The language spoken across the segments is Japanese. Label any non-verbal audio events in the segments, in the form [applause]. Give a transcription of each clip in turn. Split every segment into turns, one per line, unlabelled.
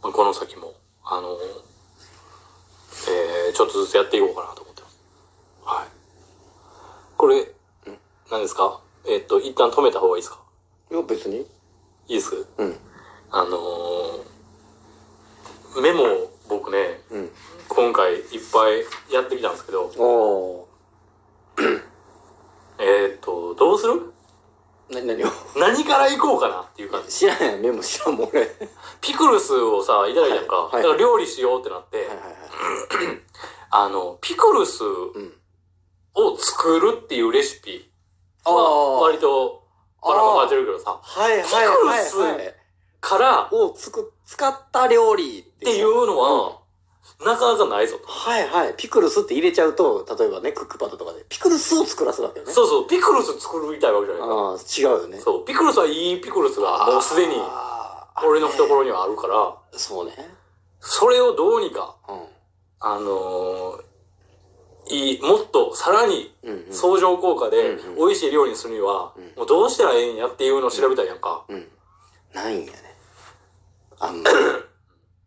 この先も、あの、えー、ちょっとずつやっていこうかなと思ってます。はい。これ、何ですかえっと、一旦止めた方がいいですか
いや、別に。
いいです
うん。
あのーメモを僕ね、
うん。
今回いっぱいやってきたんですけど、
おー。
えーっと、どうする
な、何を
何から行こうかなっていう感じ。
知らんやん、メモ知らんもん、俺。はい
ピクルスをさ、いただいたんか。
はいはい
だから料理しようってなって、
はいはい。
あの、ピクルス
うん。
を作るっていうレシピ
あ
は、
ー
割と、バラバラ出るけどさ、
はいはいはい
ピク
はい。
から、っ
をつく、使った料理って
ていうのは、なかなかないぞと。
はいはい。ピクルスって入れちゃうと、例えばね、クックパッドとかで、ピクルスを作らすわけよね。
そうそう、ピクルス作りたいわけじゃないか
ああ、違うよね
ら。。そう、ピクルスはいいピクルスが、もうすでに、
あー
俺の懐にはあるから、
そうね。
それをどうにか、
うん。
あのーいい、もっとさらに
うん、うん。
相乗効果で
うんうん
美味しい料理にするには
うん、
もうどうしたらええんやっていうのを調べたいやんか。
うん。ないんやね。あんまり、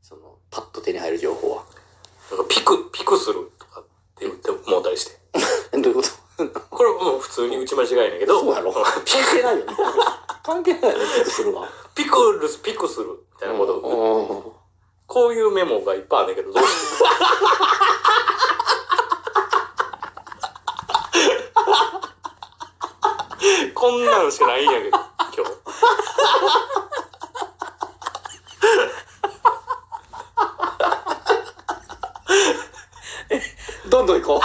その、パッと手に入る情報は。
なんかピク、ピクするとかって言ってもうたりして。
えどういうこと
これもう普通に打ち間違いやけど、
そう
[laughs]
やろ関係ないよね。関係ないよね、ピクルスるわ。
ピクルス、ピクするみたいなこと。
うん
こういうメモがいっぱいあるんだけど、どう
[laughs]
しようこんなんしかないんやけど、今日。
どんどん行こう。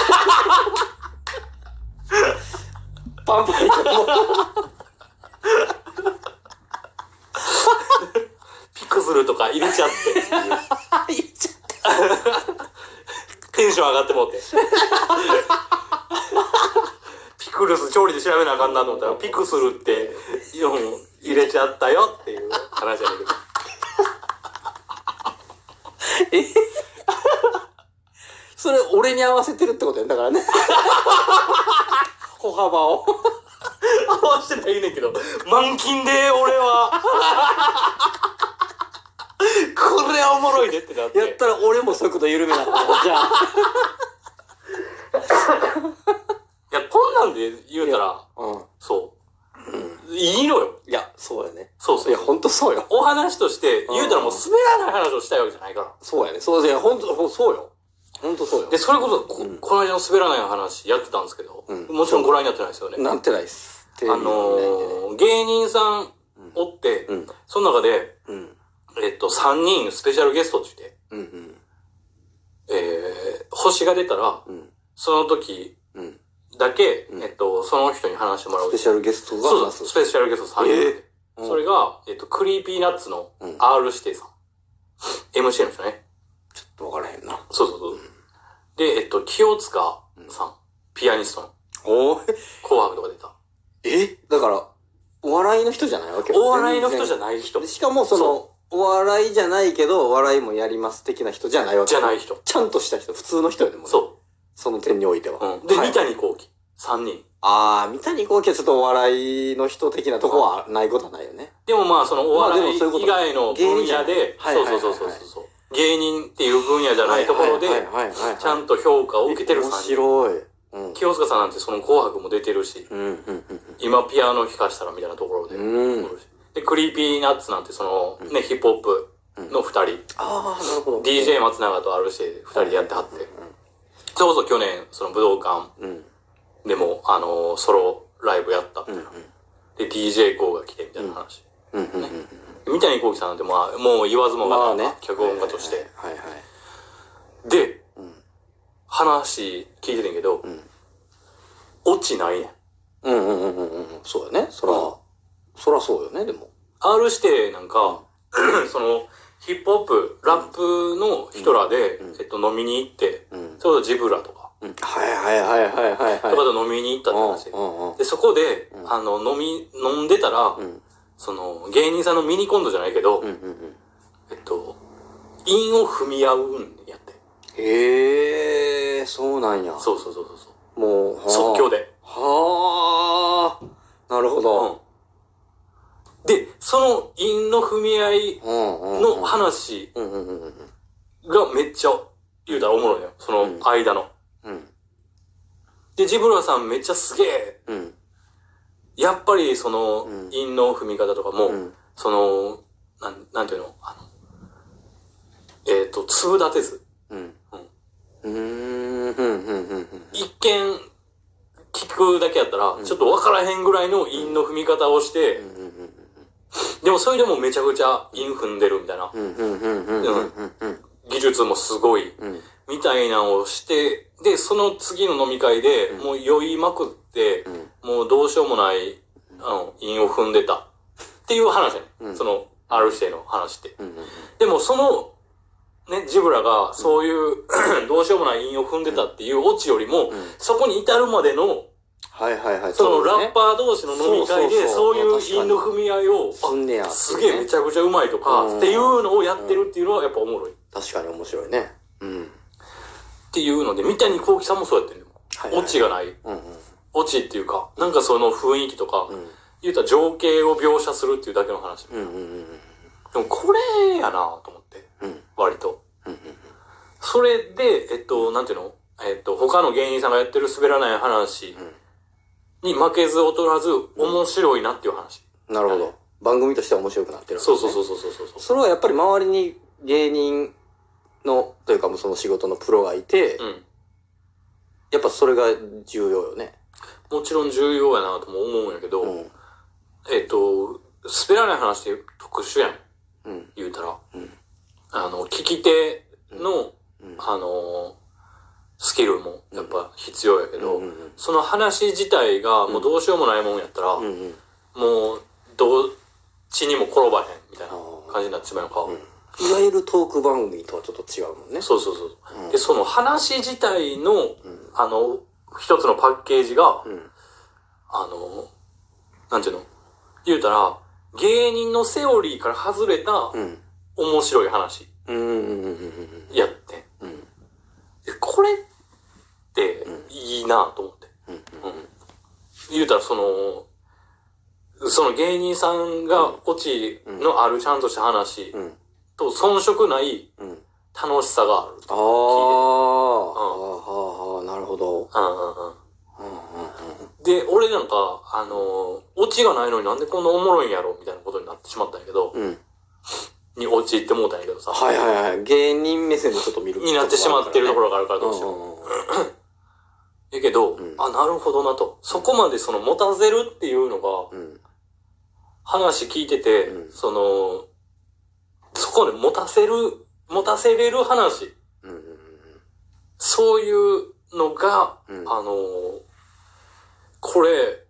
パンパン行こ
ピクするとか入れちゃって。
う。言っちゃっ
テンション上がってもうて。ピクルス調理で調べなあかんなと思ったら、ピクするって、うん入れちゃったよっていう話やねんけど。
た。えそれ、俺に合わせてるってことやんだからね。歩幅を。
合わせてないねんけど、満金で俺は。 [laughs] これはおもろいねってなって。
やったら俺も速度緩めなかった。じゃあ。
いや、こんなんで言うたら、
うん。
そう。いいのよ。
いや、そうやね。
そうそ
いうや、。ほんとそうよ。
お話として、言うたらもう滑らない話をしたいわけじゃないから。
そうやね。そういや、ほんと、ほんそうよ。ほんとそうよ
で、。それこそこ、
うん
この間の滑らない話やってたんですけど、
うん
もちろんご覧になってないですよね。
なんてないっす。テ
あ
レビ
の
見ないんでね
ー、芸人さんおって、
うん。
その中で、
うん。
えっと、3人スペシャルゲストって言って、
うん。うん。
えー、星が出たら、
うん。
その時
うん。
だけ、
うん
えっと、その人に話してもら
ス
う
ペ。シャルゲストが
そうだ、
話
ス
す。
ペシャルゲスト3人。
えうん
それが、えっと、クリーピーナッツの
うん
R 指定さん。MC の人ね。
ちょっとわからへんな。
そうそうそう。で、えっと、清塚さん。ピアニストの。
おー
紅白とか出た。
えだから、お笑いの人じゃないわけ
お笑いの人じゃ
な
ない人。
しかもその、お笑いじゃないけど、お笑いもやります的な人じゃないわけ。
じゃないい人。
ちゃんとした人、普通の人よね、もうね
そ
その点においては。
う。うん、で、
はい
三谷幸喜。三人。
あー、三谷幸喜はちょっとお笑いの人的なとこはないことはないよね。
でもまあ、そのお笑
まあで
い
もそういうこと
以外の分野で、
芸人じゃない
そうそうそうそうそう。芸人っていう分野じゃないところで、
はいはいはいはいはい
ちゃんと評価を受けてる
面
三人。
白い。うん。
清塚さんなんてその紅白も出てるし、
うん、うん、
今ピアノ弾かしたらみたいなところで。
うん。うん。
で、クリーピーナッツなんてその、ね、ヒップホップの二人、
あー、なるほど。
DJ 松永と RC 二人でやってはって、それこそ去年、その武道館
うん。
でも、あのソロライブやったみた
う
い
ん。う
な。
ん。
で、DJ こうが来てみたいな話。
うん。うん。うん。
三谷幸喜さんなんて、まあ、もう言わずもが
ま
な
あ
ん
ね
か、。脚本家として。
はいはいはい。はいはい
で、
うん。
話聞いててんけど、
ん
オチないねん。
うんうんうんうんうん。そうだね。そら、そらそうよね、でも。
R 指定なんか、 [clears throat] その、ヒップホップ、ラップの人らで、
うん
えっと、飲みに行って、
うん。
それこそジブラとか、
はいはいはいはいはい
とか
は
と飲みに行ったって話
い。うんうんうん
で、そこで、
うん
あの、飲み、飲んでたら、
うん
その、芸人さんのミニコントじゃないけど、
うんうんうん。
えっと、韻を踏み合うんやって。
へえ、そうなんや。
そうそうそうそうそう。
う。もう、はあ
即興。で。
はあ、なるほ
うん
ど。。
で、その韻の踏み合い
うんうんうん。
の話
うんうんうんうん。
がめっちゃ言うたらおもろいよ。その間の。
うん。
で、ジブラさんめっちゃすげえ。
うん。
やっぱりその
うん
韻の踏み方とかも、
うん。
その、なん、なんていうのあの、えっ、と、粒立てず。
うん。うん。うん。うん。うん。うん。
一見、聞くだけやったら、
ん
ちょっとわからへんぐらいの韻の踏み方をして、でもそれでもめちゃくちゃ韻踏んでるみたいな、
うん。うん。うん。うん。うん。
技術もすごい、
うん。
みたいなのをして、で、その次の飲み会で、
うん
もう酔いまくって
う、ん。
もうどうしようもない、あの、韻を踏んでた。っていう話やね、
うん
その、R 指定の話って。
うん。
でもその、ね、ジブラがそういう、 [clears throat] どうしようもない韻を踏んでたっていうオチよりも、
うん
そこに至るまでの、
はいはいはい。
そのラッ
ー
パー同士の飲み会で、
そ
そうう
そう
い
そう
う韻の踏み合いを、
すんねや。
あすげえめちゃくちゃうまいと
うん
か、っていうのをやってるっていうのはやっぱおもろい。っ
確かに面白いね。うん。
ていうので、三谷幸喜さんもそうやってる、
はいはい
オチがない。
うん。
オチっていうか、なんかその雰囲気とか、
うん。
言うたら情景を描写するっていうだけの話。
うん。うん。
でもこれやなと思って、
うん。
割と。
うん。
それで、えっと、なんていうのえっと、他の芸人さんがやってる滑らない話に負けず劣らず面白いなっていう話。
なるほど。番組としては面白くなってる。。
そうそうそううそうそうそう。
それはやっぱり周りに芸人の、というかもうその仕事のプロがいて、
うん。
やっぱそれが重要よね。
もちろん重要やなとも思うんやけど、
うん。
えっと、滑らない話って特殊やん、
うん。
言うたら。
うん
あの、聞き手の、
うん。
あの、スキルもやっぱ必要やけど、
うんうん
その話自体がもうどうしようもないもんやったら、
うんうんうん
もう、どっちにも転ばへんみたいな
あー
感じになっちまうのか。
いわゆるトーク番組とはちょっと違うもんね。
そうそうそう。
うん
で、その話自体の、
うん
あの、一つのパッケージが、
うん。
あの、なんていうの言うたら、芸人のセオリーから外れた
うん。
面白い話
うんうんうんうんうん
やってん。
うん。
でこれっていいなと思って。
うん
うん言うたらその、その芸人さんがオチのあるちゃんとした話
うん。うん。
と遜色ない
うん。
楽しさがある。
ああ。ああ、ああ、なるほど。
うんうんうん
うんうん
で、俺なんか、あのーオチがないのになんでこんなおもろいんやろみたいなことになってしまったんやけど、
うん。うん。
にオチってもうたんやけどさ、
はいはいはい。芸人目線でちょっと見る。
になってしまってるとこ
ろ
ろがあるからどうしよう。やけど、
うん
あ、なるほどなと。そこまでその持たせるっていうのが、
うん。うん。
話聞いてて、
うん
その、そこで持たせる、持たせれる話、
うん。
そういうのが、
うん。うん。
あのーこれ、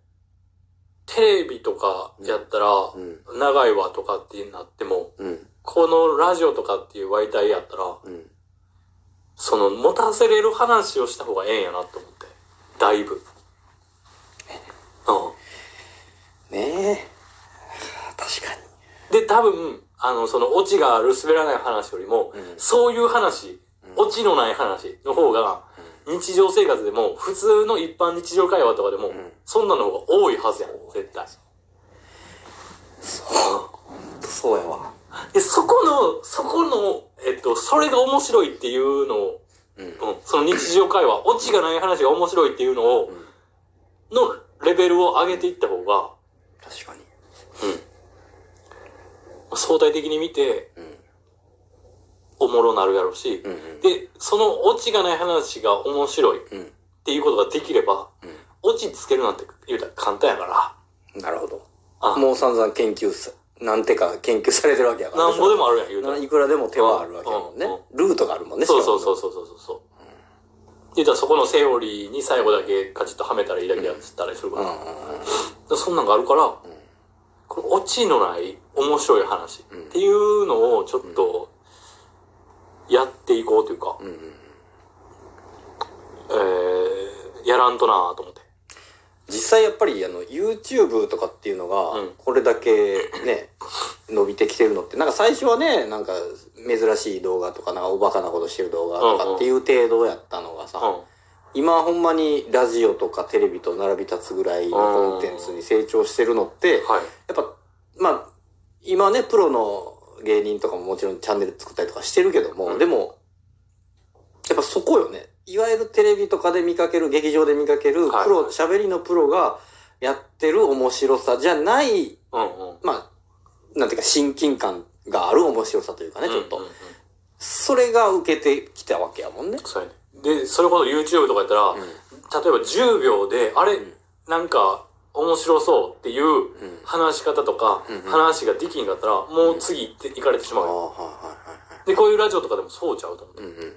テレビとかやったら、
うん。
長いわとかってなっても、
うん。
このラジオとかっていう媒体やったら、
うん。
その、持たせれる話をした方がええんやなって思って。だいぶ。うん。
ねえ。確かに。
で、多分、あの、その、オチがある滑らない話よりも、
うん
そういう話、
うん
オチのない話の方が、日常生活でも、普通の一般日常会話とかでも、
ん
そんなの方が多いはずやん、絶対。
そうやわ。
で、そこの、そこの、えっと、それが面白いっていうのを、
うん
うん、その日常会話、オチがない話が面白いっていうのを、のレベルを上げていった方が、
確かに。
相対的に見て、
うん。
おもろなるやろうし、
うん。
で、そのオチがない話が面白いっ
うん。
ていうことができれば、オチつけるなんて言うたら簡単やから、
うん。なるほど。
あ
もう散々研究さ、なんてか研究されてるわけやから。
なんぼでもあるやん言うたら
な。いくらでも手はあるわけやもんね
うんうん。
ルートがあるもんね。
そうそう
う。
そうそうそうそうそう。言うたらそこのセオリーに最後だけカチッとはめたらいいだけやったりするか
うん
ら、
う
だか
んうん。
らそんなんがあるから、このオチのない面白い話っていうのをちょっとやっていこうというか、
んうんうん
えー、やらんとなぁと思って。
実際やっぱりあの YouTube とかっていうのが
うん
これだけね、伸びてきてるのってなんか最初はねなんか珍しい動画とかなんかおバカなことしてる動画とかっていう程度やったのがさ、
う
今ほんまにラジオとかテレビと並び立つぐらいのコンテンツに成長してるのって
ん。はい。
やっぱまあ今ね、プロの芸人とかももちろんチャンネル作ったりとかしてるけども、
うん
でも、やっぱそこよね。いわゆるテレビとかで見かける、劇場で見かける、
はい
プロ、喋りのプロがやってる面白さじゃない、
うんうん。
まあ、なんていうか親近感がある面白さというかね、ちょっと。
うんうんうん
それが受けてきたわけやもんね。
そうやね。で、それこそ YouTube とかやったら、
うん
例えば10秒で、あれ、なんか、面白そうっていう
うん
話し方とか、
うんうん
話ができんかったら、もう次行って行かれてしまうよ、
はいはいはいはい。
で、こういうラジオとかでもそうちゃうと思って。
うんうんうん。